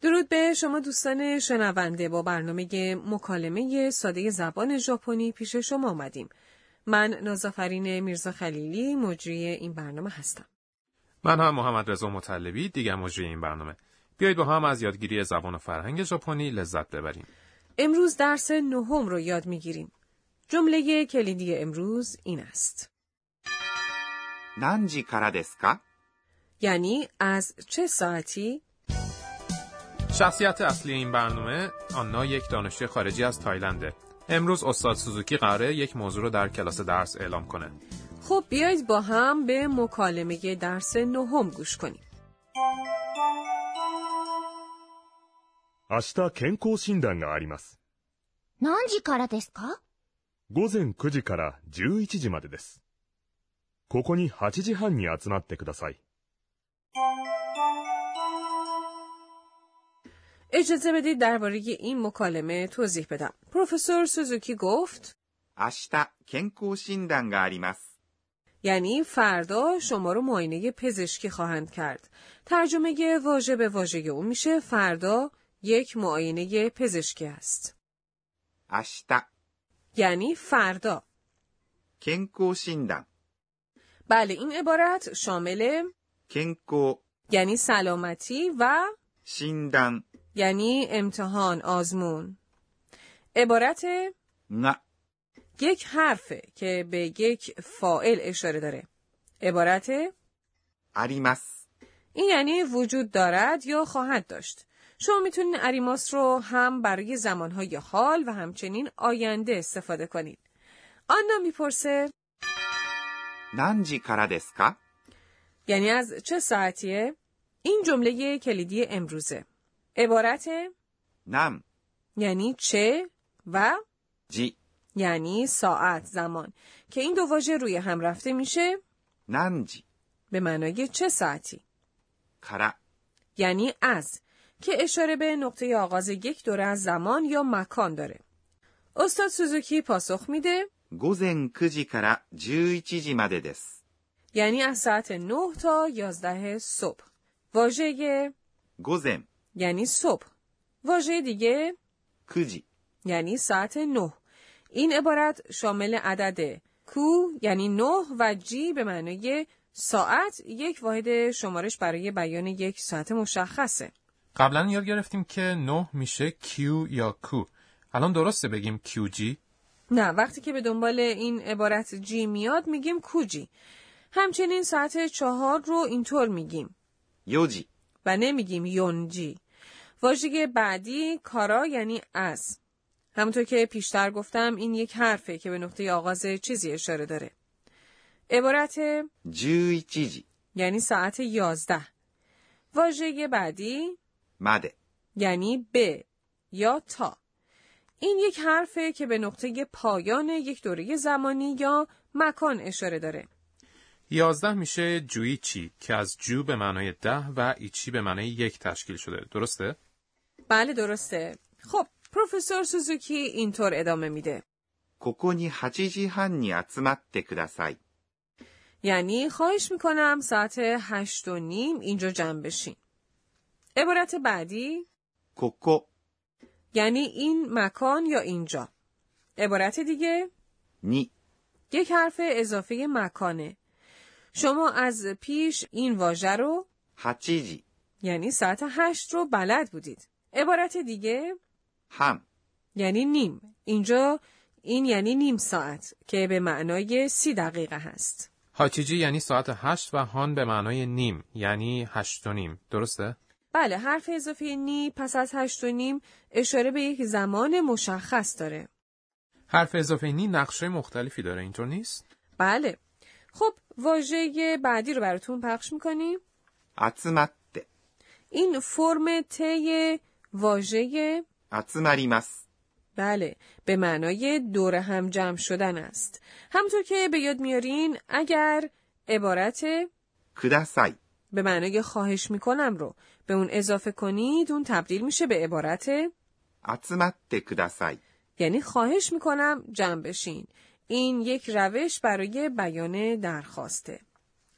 درود به شما دوستان شنونده با برنامه مکالمه ساده زبان ژاپنی پیش شما آمدیم. من نازافرین میرزا خلیلی مجری این برنامه هستم. من هم محمد رضا مطلبی دیگر مجری این برنامه. بیایید با هم از یادگیری زبان و فرهنگ ژاپنی لذت ببریم. امروز درس نهم رو یاد میگیریم. جمله کلیدی امروز این است. 何時からですか یعنی از چه ساعتی شخصیت اصلی این برنامه آنا یک دانشجوی خارجی از تایلنده. امروز استاد سوزوکی قراره یک موضوع رو در کلاس درس اعلام کنه. خب بیایید با هم به مکالمه درس نهم گوش کنیم 明日健康診断があります。何時からですか午前9時から11時までです。ここに8時半に集まってください。 اجازه بدید درباره این مکالمه توضیح بدم پروفسور سوزوکی گفت 明日健康診断があります。 یعنی فردا شما رو معاینه پزشکی خواهند کرد ترجمه واژه به واژه اون میشه فردا یک معاینه پزشکی است 明日 یعنی فردا 健康診断 بله این عبارت شامل 健康 یعنی سلامتی و 診断 یعنی امتحان آزمون عبارت が یک حرفه که به یک فائل اشاره داره عبارت あります。 این یعنی وجود دارد یا خواهد داشت شما میتونید اریماس رو هم برای زمانهای حال و همچنین آینده استفاده کنید آنا میپرسه 何時からですか یعنی از چه ساعتیه؟ این جمله کلیدی امروزه عبارت 何 یعنی چه و 時 یعنی ساعت زمان که این دو واژه روی هم رفته میشه 何時 به معنای چه ساعتی から یعنی از که اشاره به نقطه آغاز یک دوره از زمان یا مکان داره استاد سوزوکی پاسخ میده 午前9時から11時までです。 یعنی از ساعت 9 تا 11 صبح واژه 午前 یعنی صبح واژه دیگه 9時 یعنی ساعت 9 این عبارت شامل عدد کو یعنی 9 و جی به معنای ساعت یک واحد شمارش برای بیان یک ساعت مشخصه قبلا یاد گرفتیم که نه میشه کیو یا کو. الان درسته بگیم کیوجی؟ نه وقتی که به دنبال این عبارت جی میاد میگیم کوجی همچنین ساعت چهار رو اینطور میگیم 4時 و نمیگیم یونجی واژه بعدی کارا یعنی از همونطور که پیشتر گفتم این یک حرفه که به نقطه آغاز چیزی اشاره داره عبارت 11時 یعنی ساعت یازده واژه بعدی まで یعنی به یا تا این یک حرفه که به نقطه پایان یک دوره زمانی یا مکان اشاره داره یازده میشه جویچی که از جو به معنای ده و ایچی به معنای یک تشکیل شده. درسته؟ بله درسته خب پروفسور سوزوکی اینطور ادامه میده ここに8時半に集まってください。 یعنی خواهش میکنم ساعت هشت و نیم اینجا جمع بشین عبارت بعدی ここ یعنی این مکان یا اینجا عبارت دیگه に یک حرف اضافه مکانه شما از پیش این واژه رو 8時 یعنی ساعت هشت رو بلد بودید عبارت دیگه 半 یعنی نیم اینجا این یعنی نیم ساعت که به معنای سی دقیقه هست هاچیجی یعنی ساعت هشت و هان به معنای نیم یعنی هشت و نیم. درسته؟ بله حرف اضافه نی پس از هشت و نیم اشاره به یک زمان مشخص داره حرف اضافه نی نقشه مختلفی داره اینطور نیست؟ بله خب واژه بعدی رو براتون پخش میکنیم 集まって、 این فرم ت واژه 集まります。 بله به معنای دور هم جمع شدن است همطور که به یاد میارین اگر عبارت ください。 به معنای خواهش میکنم رو به اون اضافه کنید اون تبدیل میشه به عبارت 集まってください。 یعنی خواهش میکنم جمع بشین این یک روش برای بیان درخواسته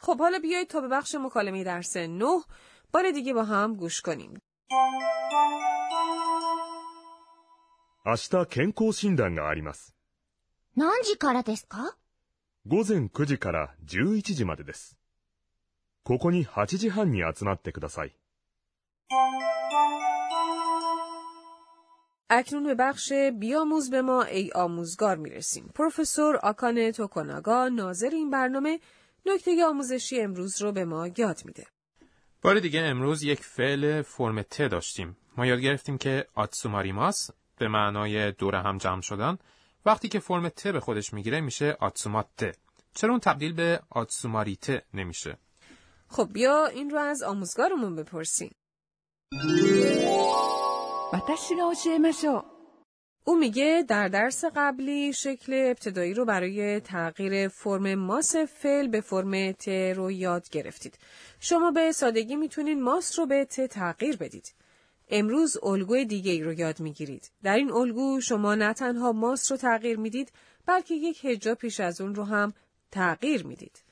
خب حالا بیایید تا به بخش مکالمه درس نه بار دیگه با هم گوش کنیم 明日健康診断があります。何時からですか午前9時から11時までです。ここに8時半に集まってください。 اکنون به بخش بیاموز به ما ای آموزگار میرسیم. پروفسور آکانه توکوناگا ناظر این برنامه نکته آموزشی امروز رو به ما یاد میده. بار دیگه امروز یک فعل فرم ت داشتیم. ما یاد گرفتیم که آتسوماریماس به معنای دور هم جمع شدن وقتی که فرم ت به خودش میگیره میشه آتسوماته. چرا اون تبدیل به آتسوماریته نمیشه؟ خب بیا این رو از آموزگارمون بپرسیم. 私が教えましょう。 او میگه در درس قبلی شکل ابتدایی رو برای تغییر فرم ماس فعل به فرم ت رو یاد گرفتید. شما به سادگی میتونین ماس رو به ت تغییر بدید. امروز الگوی دیگه ای رو یاد میگیرید. در این الگو شما نه تنها ماس رو تغییر میدید بلکه یک هجا پیش از اون رو هم تغییر میدید.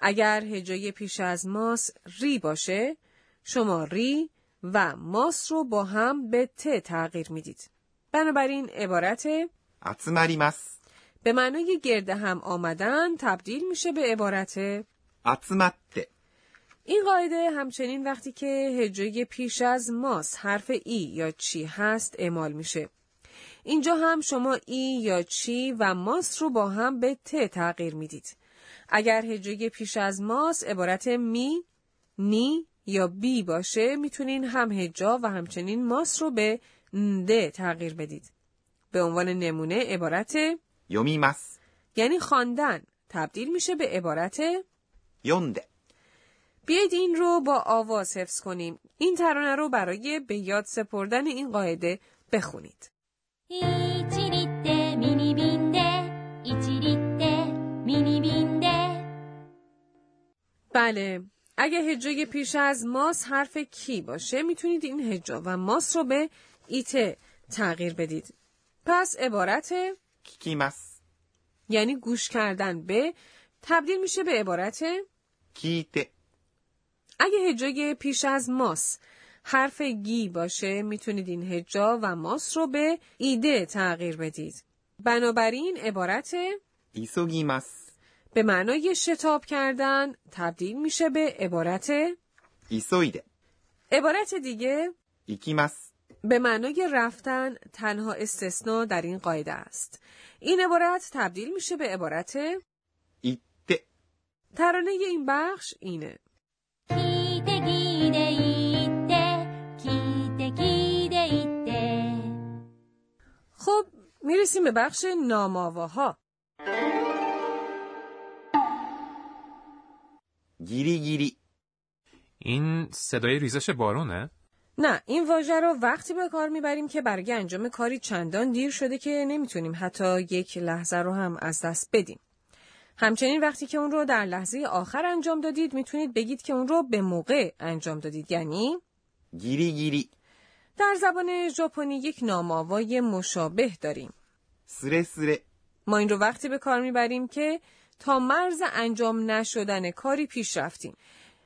اگر هجای پیش از ماس ری باشه شما ری و ماس رو با هم به ت تغییر میدید. بنابراین عبارت 集まります。 به معنای گرد هم آمدن تبدیل میشه به عبارت 集まって、 این قاعده همچنین وقتی که هجای پیش از ماس حرف ای یا چی هست اعمال میشه. اینجا هم شما ای یا چی و ماس رو با هم به ت تغییر میدید. اگر هجای پیش از ماس عبارت می، نی یا بی باشه میتونین هم هجا و همچنین ماس رو به نده تغییر بدید. به عنوان نمونه عبارت 読みます。 یعنی خواندن تبدیل میشه به عبارت 読んで、 بیایید این رو با آواز حفظ کنیم. این ترانه رو برای به یاد سپردن این قاعده بخونید. 1リってミニ瓶で、1リってミニ瓶で、 بله، اگه هجای پیش از ماس حرف کی باشه میتونید این هجا و ماس رو به ایته تغییر بدید. پس عبارت 聞きます。 یعنی گوش کردن به تبدیل میشه به عبارت 聞いて、 اگه هجای پیش از ماس حرف گی باشه میتونید این هجا و ماس رو به ایده تغییر بدید. بنابراین عبارت 急ぎます。 به معنای شتاب کردن تبدیل میشه به عبارت 急いで、 عبارت دیگه 行きます。 به معنای رفتن تنها استثنا در این قاعده است. این عبارت تبدیل میشه به عبارت 行って、 ترانه این بخش اینه. 聞いて聞いて言って、聞いて聞いて言って。 خب میرسیم به بخش نامآواها. ギリギリ、 این صدای ریزش بارونه؟ نه این واژه رو وقتی به کار میبریم که برای انجام کاری چندان دیر شده که نمیتونیم حتی یک لحظه رو هم از دست بدیم. همچنین وقتی که اون رو در لحظه آخر انجام دادید میتونید بگید که اون رو به موقع انجام دادید یعنی ギリギリ、 در زبان ژاپنی یک نامآوای مشابه داریم. スレスレ、 ما این رو وقتی به کار میبریم که تا مرز انجام نشدن کاری پیش رفتیم.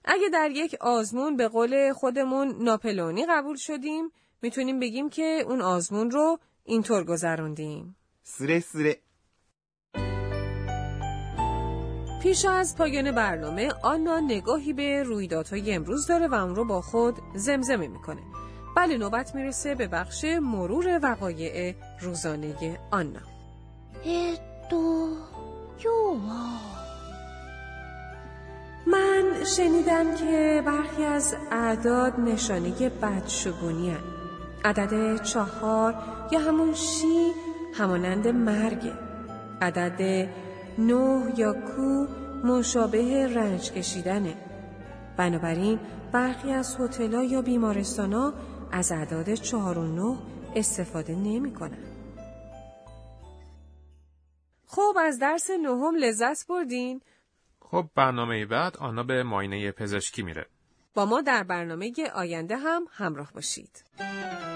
اگه در یک آزمون به قول خودمون ناپلونی قبول شدیم میتونیم بگیم که اون آزمون رو اینطور گذروندیم. スレスレ、 پیش از پایان برنامه آنا نگاهی به رویدادهای امروز داره و اون رو با خود زمزمه میکنه. بله نوبت میرسه به بخش مرور وقایع روزانه آنا. えーっと、今日は、 من شنیدم که برخی از اعداد نشانه بدشگونی عدد چهار یا همون شی همانند مرگه عدد نه یا کو مشابه رنج کشیدنه بنابراین برخی از هتل‌ها یا بیمارستان‌ها از اعداد چهار و نه استفاده نمی‌کنن. خب از درس نهم لذت بردین؟ خب برنامه بعد آنا به معاینه پزشکی میره. با ما در برنامه آینده هم همراه باشید.